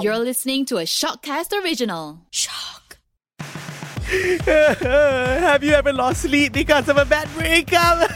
You're listening to a Shockcast original. Shock. Have you ever lost sleep because of a bad breakup?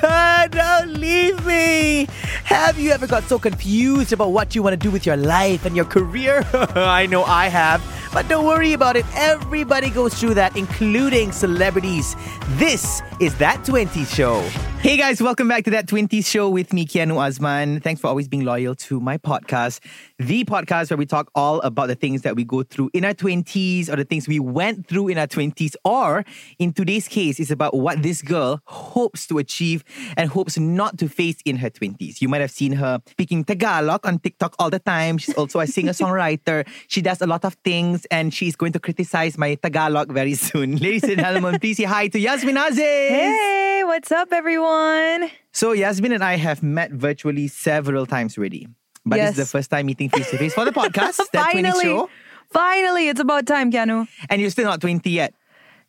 Don't leave me. Have you ever got so confused about what you want to do with your life and your career? I know I have. But don't worry about it. Everybody goes through that, including celebrities. This is That 20 Show. Hey guys, welcome back to That 20 Show with me, Kianu Azman. Thanks for always being loyal to my podcast, the podcast where we talk all about the things that we go through in our 20s or the things we went through in our 20s. Or in today's case, it's about what this girl hopes to achieve and hopes not to face in her 20s. You might have seen her speaking Tagalog on TikTok all the time. She's also a singer songwriter. She does a lot of things and she's going to criticize my Tagalog very soon. Ladies and gentlemen, please say hi to Yasmin Aziz. Hey, what's up, everyone? So Yasmin and I have met virtually several times already. But Yes. this is the first time meeting face to face for the podcast. That 20 finally, show. finally, it's about time, Keanu. And you're still not 20 yet.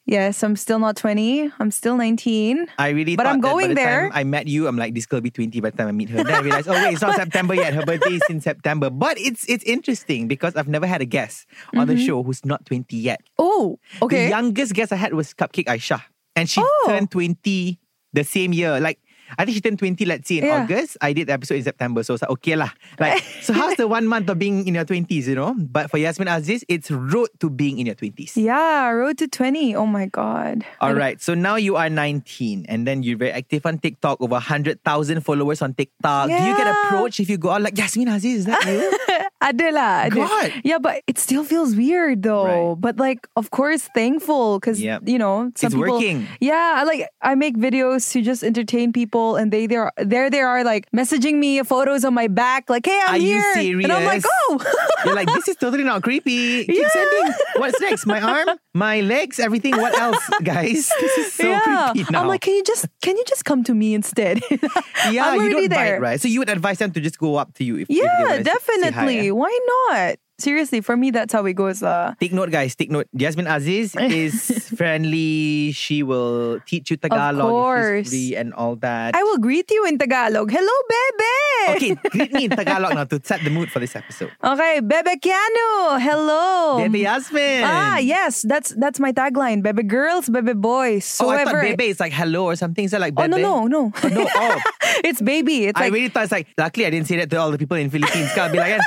Yes, I'm still not 20. I'm still 19. I really But thought I'm that by going the there. time I met you, I'm like, this girl will be 20 by the time I meet her. Then I realized, oh wait, it's not September yet. Her birthday is in September. But it's it's interesting because I've never had a guest on Mm-hmm. the show who's not 20 yet. oh, okay. The youngest guest I had was Cupcake Aisha. And she Oh. turned 20 the same year. Like, I think she turned 20, let's say, in Yeah. August. I did the episode in September. So it's like, okay lah. Like, so how's the one month of being in your 20s, you know? But for Yasmin Aziz, it's road to being in your 20s. yeah, road to 20. Oh my God. All right. So now you are 19 and then you're very active on TikTok, over 100,000 followers on TikTok. Do you get Yeah. approached if you go out like, Yasmin Aziz, is that you? Adela. God. Yeah, but it still feels weird though. Right. But like, of course, thankful because, Yep. you know, some It's people. working. Yeah, I like I make videos to just entertain people and they there there they are like messaging me photos on my back like, hey, I'm Are you here. And I'm like, serious? oh, You're like, this is totally not creepy. Keep sending. What's next? My arm, my legs, everything. What else, guys? This is so creepy now. I'm like, can you just can you just come to me instead? yeah, I'm you already don't there. bite, right? So you would advise them to just go up to you if if they Yeah, wanna say- say hi, definitely. yeah. Why not? Seriously, for me, that's how it goes. Uh, Take note, guys. Take note. Jasmine Aziz is friendly. She will teach you Tagalog if she's course. free and all that. I will greet you in Tagalog. Hello, bebe. okay, greet me in Tagalog now to set the mood for this episode. Okay, bebe Keanu. Hello. Bebe Yasmin. Um, Ah, yes. That's that's my tagline. Bebe girls, bebe boys. Oh, I thought whoever. Bebe is like hello or something. Is that like oh Bebe? no no no. Oh, no. Oh, it's baby. It's I like really thought it's like. Luckily, I didn't say that to all the people in Philippines. Cause I'll be like,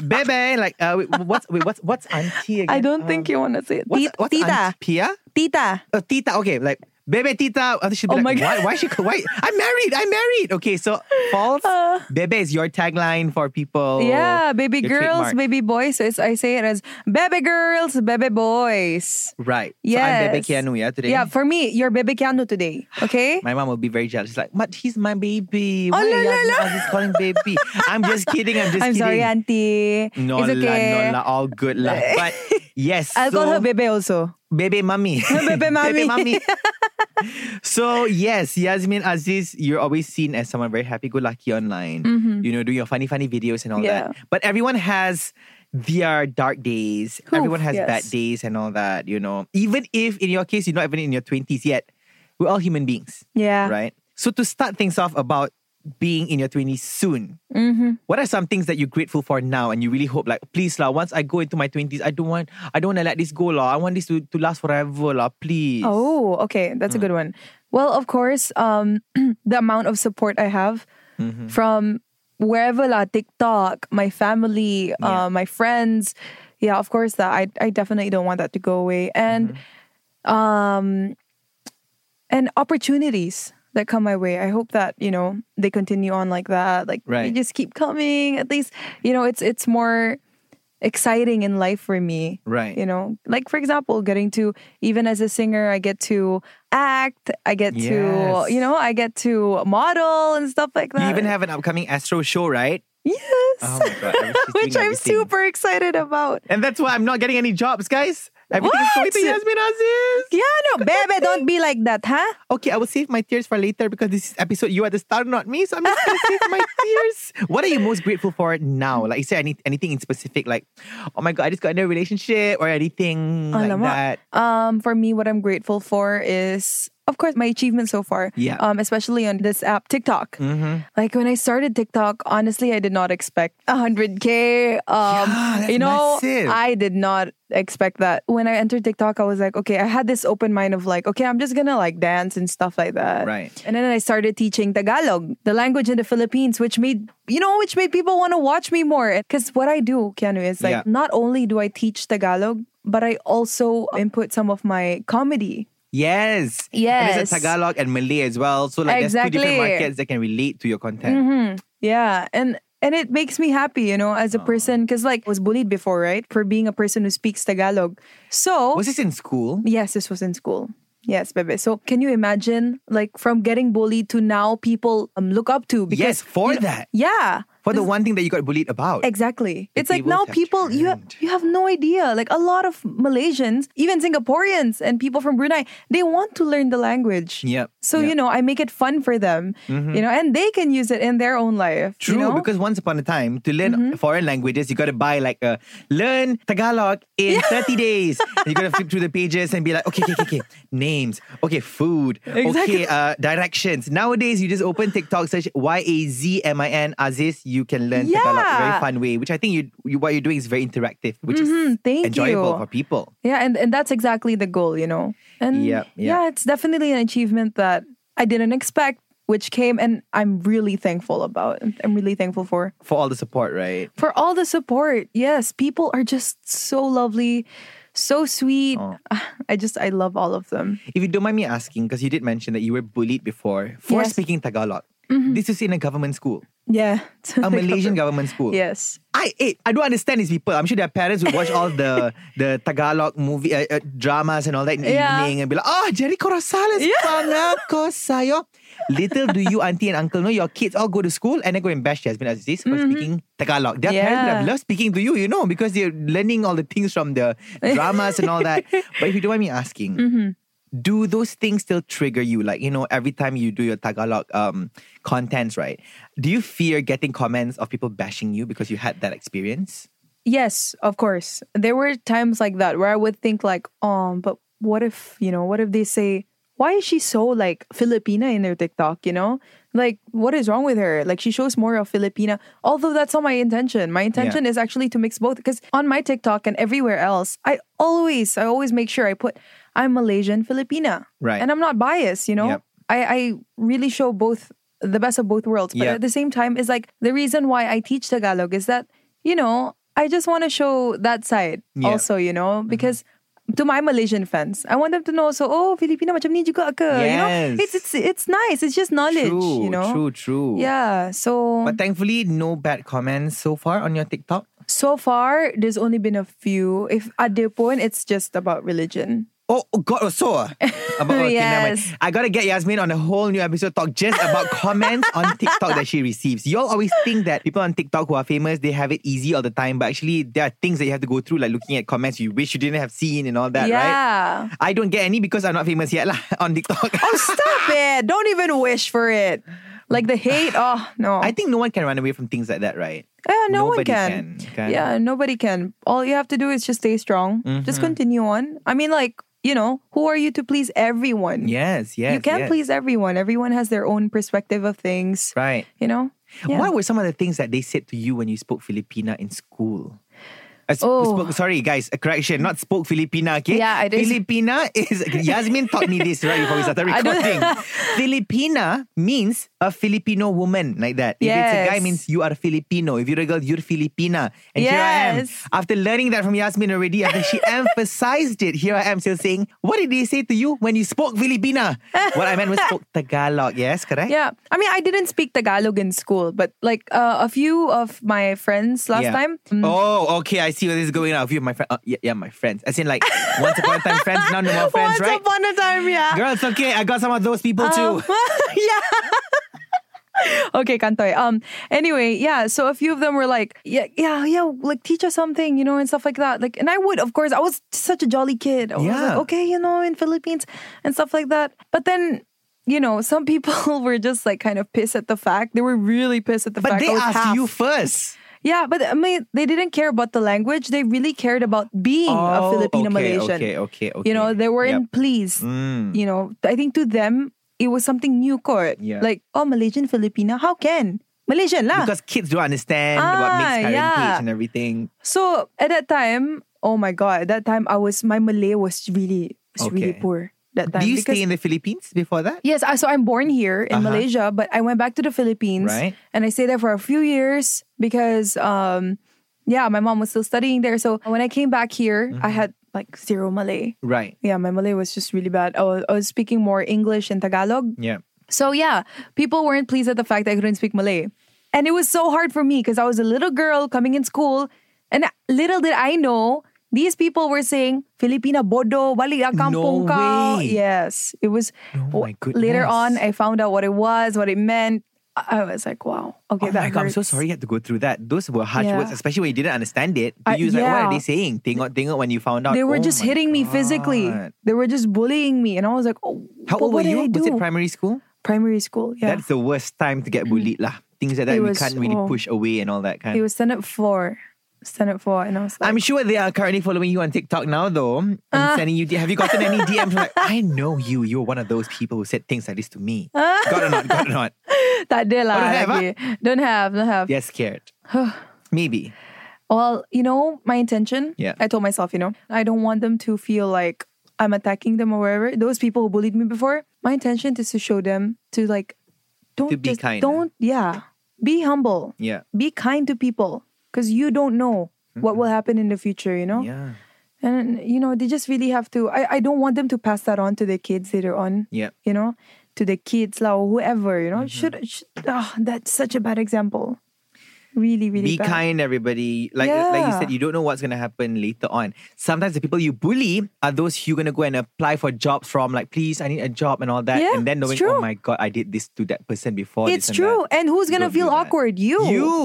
Bebe, like, uh, wait, what's wait, what's what's auntie again? I don't Um, think you want to say it. What's, Ti- what's tita. auntie? Pia? Tita. Oh, tita. Okay, like Bebe Tita. I think she'd be Oh like, my God. Uh. why? Why she? Why? I'm married. I'm married. Okay, so false. Bebe is your tagline for people. yeah, Oh, baby your girls, trademark. baby boys. So it's, I say it as bebe girls, bebe boys. Right. So I'm Yes. Bebe Keanu, yeah, today. Yeah, for me, you're Bebe Keanu today. Okay? My mom will be very jealous. She's like, but he's my baby. Why Oh, la, are you la, la. always calling baby? I'm just kidding. I'm just I'm kidding. sorry, auntie. No it's okay. la, no la, all good la. But yes, I'll call so- her Bebe also. Bebe Mami. Bebe Mami. Mami. so yes, Yasmin Aziz, you're always seen as someone very happy-go-lucky online. You know, doing your funny, funny videos and all Mm-hmm. Yeah. that. But everyone has their dark days. Oof, everyone has yes. bad days and all that, you know. Even if in your case you're not even in your 20s yet, we're all human beings, Yeah. right? So to start things off about being in your 20s soon, Mm-hmm. what are some things that you're grateful for now and you really hope like please lah once I go into my 20s I don't want I don't want to let this go lah I want this to, to last forever lah please Oh, okay. That's a Mm. good one. Well, of course, um, the amount of support I have Mm-hmm. from wherever la TikTok, my family, uh, my friends. Yeah, of course that I I definitely don't want that to go away. And Mm-hmm. um and opportunities that come my way. I hope that, you know, they continue on like that. Like they Right. just keep coming. At least, you know, it's it's more exciting in life for me. Right. You know, like for example, getting to even as a singer, I get to act, I get Yes. to you know, I get to model and stuff like that. you even have an upcoming Astro show right yes, oh my god I wish she's which doing I'm everything. super excited about. and that's why I'm not getting any jobs guys everything is going to What? Yasmin Aziz Yeah, no, baby, don't be like that, huh? okay I will save my tears for later because this is episode you are the star not me so I'm just going to save my tears what are you most grateful for now like is there any, anything in specific like oh my god I just got in a relationship or anything like Alamak. that Um, for me, what I'm grateful for is of course, my achievements so far. Yeah. Mm-hmm. Um, especially on this app, TikTok. Like when I started TikTok, honestly, I did not expect 100K. Yeah, Um, that's you know, massive. I did not expect that. When I entered TikTok, I was like, okay, I had this open mind of like, okay, I'm just gonna like dance and stuff like that. Right. And then I started teaching Tagalog, the language in the Philippines, which made, you know, which made people wanna watch me more. Because what I do, Keanu, is like, Yeah. not only do I teach Tagalog, but I also input some of my comedy Yes. And there's Yes. a Tagalog and Malay as well. So like there's two Exactly. Mm-hmm. different markets that can relate to your content. Yeah, and and it makes me happy, you know, Oh. as a person because like I was bullied before, right, for being a person who speaks Tagalog. So Was this in school? yes, this was in school. Yes, bebe. So can you imagine, like, from getting bullied to now people um, look up to yes, because for that. yeah, For the one thing that you got bullied about. Exactly. The it's like tables now have people you have, turned. you have no idea. Like a lot of Malaysians, even Singaporeans and people from Brunei, they want to learn the language. Yep, yep. So Mm-hmm. you know, I make it fun for them. You know, and they can use it in their own life. True, you know? Mm-hmm. because once upon a time, to learn foreign languages, you got to buy like a learn Tagalog in 30 days. And you got to flip through the pages and be like, okay, okay, okay, okay. names, okay, food, okay, Exactly. uh, directions. Nowadays, you just open TikTok, search Y A Z M I N, Aziz, you can learn Tagalog in a very Yeah. fun way, which I think you, you what you're doing is very interactive, which is Mm-hmm, thank enjoyable for you. people. yeah, and, and that's exactly the goal, you know. And Yep, yep. yeah, it's definitely an achievement that I didn't expect, which came and I'm really thankful about. I'm really thankful for. For all the support, right? for all the support. Yes, people are just so lovely, so sweet. Oh. I just I love all of them. If you don't mind me asking, because you did mention that you were bullied before for Yes. Mm-hmm. speaking Tagalog. This was in a government school, Yeah, a Malaysian government school. Yes, I eh, I don't understand these people. I'm sure their parents would watch all the the Tagalog movie uh, uh, dramas and all that in the Yeah. evening and be like, "Oh, Jerry Corrales, Yeah. pangako sayo." Little do you, auntie and uncle, know your kids all go to school and then go and bash Jasmine Aziz Mm-hmm. for speaking Tagalog. Their parents would have Yeah. loved speaking to you, you know, because they're learning all the things from the dramas and all that. But if you don't mind me asking, Mm-hmm. do those things still trigger you? Like, you know, every time you do your Tagalog um, contents, right? Do you fear getting comments of people bashing you because you had that experience? yes, of course. There were times like that where I would think like, um, but what if you know? What if they say, why is she so like Filipina in their TikTok? You know, like what is wrong with her? Like she shows more of Filipina. Although that's not my intention. My intention is actually to mix both because on my TikTok and everywhere else, I always I always make sure I put I'm Malaysian Filipina. Right. And I'm not biased, you know? Yep. I, I really show both the best of both worlds. But Yeah. at the same time, it's like the reason why I teach Tagalog is that, you know, I just want to show that side Yeah. Mm-hmm. also, you know, because to my Malaysian fans, I want them to know so, oh, Filipino macam ni juga ke. You know, Yes. it's, it's, it's nice. It's just knowledge, true, you know? true, true. Yeah. So, But thankfully, no bad comments so far on your TikTok. so far, there's only been a few. If at their point, it's just about religion. Oh, oh, God, oh, so ah. about, okay, never mind. Yes. I gotta get Yasmin on a whole new episode talk just about comments on TikTok that she receives. Y'all always think that people on TikTok who are famous they have it easy all the time, but actually there are things that you have to go through, like looking at comments you wish you didn't have seen and all that, right? yeah. Oh, I don't get any because I'm not famous yet lah, on TikTok. Stop it. Don't even wish for it. Like the hate. Oh, no. I think no one can run away from things like that, right? yeah, no one nobody can. can, can. Yeah, nobody can. All you have to do is just stay strong. Mm-hmm. Just continue on. I mean, like, you know, who are you to please everyone? Yes, yes. you can't yes. please everyone. Everyone has their own perspective of things, Right. you know? Yeah. What were some of the things that they said to you when you spoke Filipina in school? I sp- Oh. spoke, sorry, guys, a correction. Not spoke Filipina, okay? Yeah, I did. Filipina is. Yasmin taught me this right before we started I don't- recording. Filipina means a Filipino woman, like that. If it's a guy, Yes. means you are Filipino. If you're a girl, you're Filipina. And here I am. Yes. After learning that from Yasmin already, after she emphasized it, here I am still saying, What did they say to you when you spoke Filipina? what I meant was spoke Tagalog, yes, correct? Yeah. I mean, I didn't speak Tagalog in school, but like uh, a few of my friends last Yeah. time. mm, Oh, okay. I see where this is going now. A few of my friends. Uh, yeah, yeah, my friends. As in, like, once upon a time friends, now no more friends, once right? upon a time, yeah. Girl, it's okay. I got some of those people too. yeah. Um, okay, Kantoy. Um. Anyway, yeah. So a few of them were like, yeah, yeah, yeah. Like teach us something, you know, and stuff like that. Like, and I would, of course, I was such a jolly kid. I was like, Yeah. okay, you know, in Philippines and stuff like that. But then. You know, some people were just like kind of pissed at the fact. They were really pissed at the But fact. they I was asked half. you first. Yeah, but I mean, they didn't care about the language. They really cared about being Oh, a Filipino okay, Malaysian. Okay, okay, okay. You know, they weren't Yep. pleased. Mm. You know, I think to them, it was something new court. Yeah. Like, oh, Malaysian, Filipino, how can? Malaysian lah. Because kids don't understand what Ah, mixed parentage yeah. and everything. so at that time, oh my God, at that time, I was, my Malay was really, was Okay. really poor. That Do time. you because, stay in the Philippines before that? Yes, I, so I'm born here in Uh-huh. Malaysia, but I went back to the Philippines Right. and I stayed there for a few years because, um, yeah, my mom was still studying there. So when I came back here, I Mm-hmm. had like zero Malay. Right. Yeah, my Malay was just really bad. I was, I was speaking more English and Tagalog. Yeah. So yeah, people weren't pleased at the fact that I couldn't speak Malay. And it was so hard for me because I was a little girl coming in school and little did I know these people were saying Filipina bodo, balik ka kampung ka." way. Yes, it was Oh my Later on goodness. I found out what it was, what it meant. I I was like, wow. Okay, Oh my that god, I'm so hurts. sorry you had to go through that. Those were harsh Yeah. words, especially when you didn't understand it. I- You was like, what are yeah. they saying? Tingot, tingot when you found out. They Oh were just my hitting me physically. God. They were just bullying me and I was like, "Oh, How but old were what did you? I Was it do?" primary school? primary school? Yeah. That's the worst time to get bullied lah. Things like that It we was- can't really oh. push away and all that kind. It was Senate 4. Senate 4 and I was like Ah. I'm sure they are currently following you on TikTok now, though. and sending you. Have you gotten any DMs? from, Like, I know you. You're one of those people who said things like this to me. Ah. got or not? Got or not? Tak ada lah Oh, don't have, lagi. Don't have, don't have. You're scared. Maybe. Well, you know, my intention, Yeah. I told myself, you know, I don't want them to feel like I'm attacking them or whatever. Those people who bullied me before, my intention is to show them to like, don't To be just- kind. Don't, yeah. Be humble. Yeah. Be kind to people because you don't know what will happen in the future, you know? Mm-hmm. Yeah. And, you know, they just really have to, I, I don't want them to pass that on to their kids later on. Yeah. you know, to the kids lah, or whoever, you know. Mm-hmm. Should, should oh, that's such a bad example. Really, Be really bad. kind, everybody. Like, like you Yeah. said, you don't know what's gonna happen later on. Sometimes the people you bully are those you're gonna go and apply for jobs from. Like, please, I need a job and all that. Yeah, and then knowing, it's oh true. my god, I did this to that person before. It's this and that." true. And who's gonna Don't do feel that. awkward? You. You.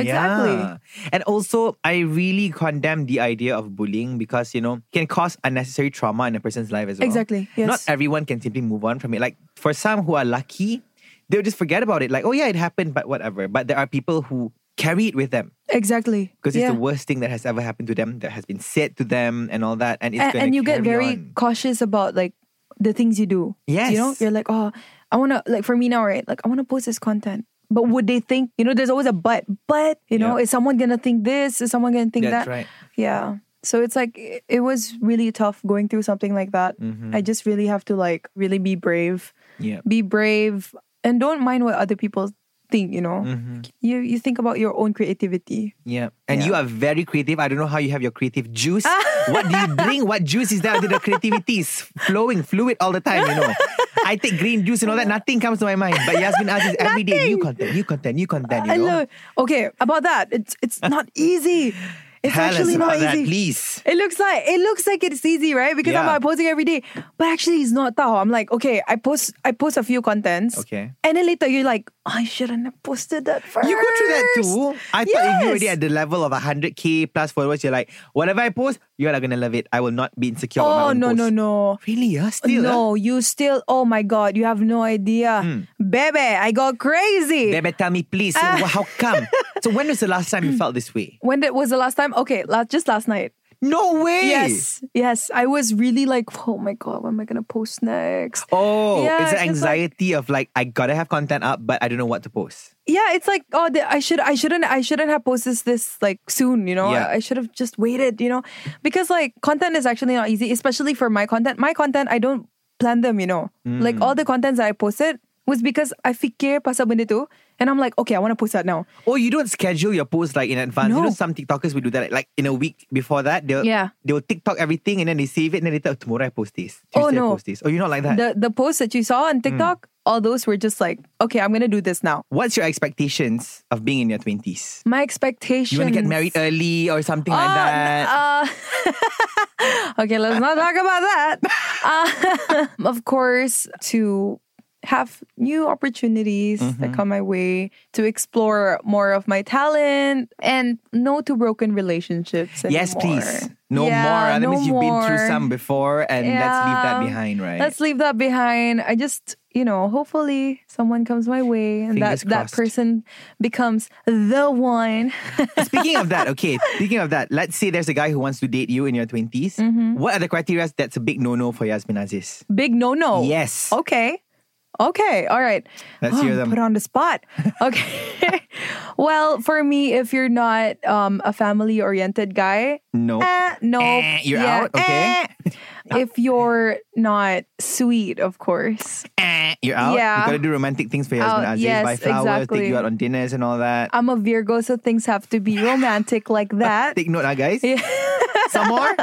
Exactly. Yeah. And also, I really condemn the idea of bullying because, you know, it can cause unnecessary trauma in a person's life as well. Exactly, Not yes. everyone can simply move on from it. Like, for some who are lucky, they'll just forget about it. Like, oh, yeah, it happened, but whatever. But there are people who carry it with them Exactly. because yeah. it's the worst thing that has ever happened to them, that has been said to them, and all that. And it's and, gonna and you get carry very on. cautious about like the things you do. You know, Yes. you're like, oh, I wanna like for me now, right? Like I wanna post this content. But would they think, you know, there's always a but, but, you know, Yeah. is someone gonna think this? Is someone gonna think That's that? right. Yeah. So it's like it, it was really tough going through something like that. Mm-hmm. I just really have to like really be brave. Yeah. Be brave and don't mind what other people think, you know. Mm-hmm. You you think about your own creativity. Yeah. And Yeah. you are very creative. I don't know how you have your creative juice. what do you drink? What juice is that? The creativity is flowing fluid all the time, you know. I take green juice and all that. Nothing comes to my mind. But Yasmin asks every day new content, new content, new content, you I know. love okay, about that. It's it's not easy. It's Tell actually us not about easy. that, please. It looks like it looks like it's easy, right? Because I'm Yeah. like posting every day. But actually it's not tao. I'm like, okay, I post I post a few contents. Okay. And then later you're like, I shouldn't have posted that first. Oh, You go through that too. I thought if you already at Yes. the level of 100k plus followers, you're like, whatever I post, you're gonna love it. I will not be insecure about my Oh own no, post. no, no. Really? Yeah, still. huh? Hmm. no, you still oh my god, you have no idea. Bebe, I got crazy. Bebe, tell me, please. wh- how come? so when was the last time you felt this way? When did, was the last time? Okay, last, just last night. No way. Yes, yes. I was really like, oh my god, when am I gonna post next? Oh, it's an Yeah, it's just like- anxiety of like I gotta have content up, but I don't know what to post. Yeah, it's like, oh, the, I should, I shouldn't, I shouldn't have posted this like soon. You know, Yeah. I, I should have just waited. You know, because like content is actually not easy, especially for my content. My content, I don't plan them. You know, Mm. like all the contents that I posted was because I fikir pasal benda tu, and I'm like, okay, I want to post that now. Or Oh, you don't schedule your post like in advance. You know, No. some TikTokers will do that like in a week before that. They'll Yeah. they'll TikTok everything and then they save it and then they tell "Oh, tomorrow I post this. Tuesday Oh, I no. post this. Oh, you're not like that. the the posts that you saw Mm. on TikTok, all those were just like, okay, I'm gonna do this now. What's your expectations of being in your twenties? My expectations. Um, You want to get married early or something like that? Okay, let's not talk about that. Uh, of course, Uh, to have new opportunities Mm-hmm. that come my way to explore more of my talent and no to broken relationships. Yes, anymore. please. No Yeah, more. That no means you've been through more. some before, and let's leave that Yeah. behind, right? Let's leave that behind. I just, you know, hopefully someone comes my way and Fingers that that crossed. person becomes the one. Speaking of that, okay. Speaking of that, let's say there's a guy who wants to date you in your 20s. Mm-hmm. What are the criteria that's a big no-no for Yasmin Aziz? Big no no. Yes. Okay. Okay. All right. Oh, Let's hear I'm them. Put on the spot. Okay. well, for me, if you're not um, a family oriented guy, No. eh, no. Eh, you're out? Okay. eh. if you're not sweet, of course. Eh, You're out. You Yeah. gotta do romantic things for Yasmin Out. Aziz. Yes, Buy flowers, take exactly. you out on dinners and all that. I'm a Virgo, so things have to be romantic like that. Take note, ah, guys. some more.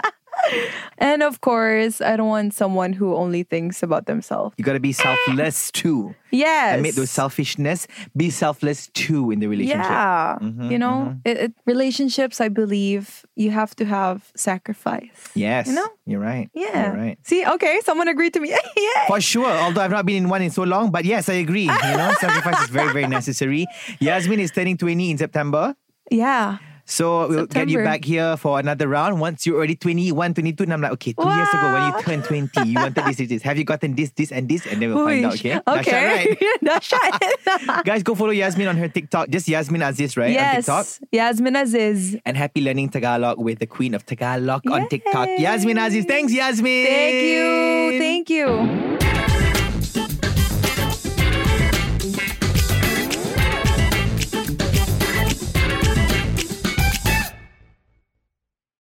And of course, I don't want someone who only thinks about themselves. You gotta be selfless too. Yes. Admit those selfishness. Be selfless too in the relationship. Yeah. Mm-hmm, you know, It, it, relationships, I believe, you have to have sacrifice. Yes. You know? You're right. Yeah. You're right. See, okay, someone agreed to me. yeah. For sure, although I've not been in one in so long, but yes, I agree. You know, sacrifice is very, very necessary. Yasmin is turning 20 in September. Yeah. So we'll get you September. back here for another round. Once you're already 21, 22, and I'm like, okay, two years ago when you Wow. turned 20, you wanted this, this, this. Have you gotten this, this, and this? And then we'll find out, Uish. okay? Dasha, Okay. right? Dasha. Guys, go follow Yasmin on her TikTok. Just Yasmin Aziz, right? On TikTok. yes. Yasmin Aziz. And happy learning Tagalog with the queen of Tagalog on Yay. TikTok, Yasmin Aziz. Thanks, Yasmin. Thank you. Thank you.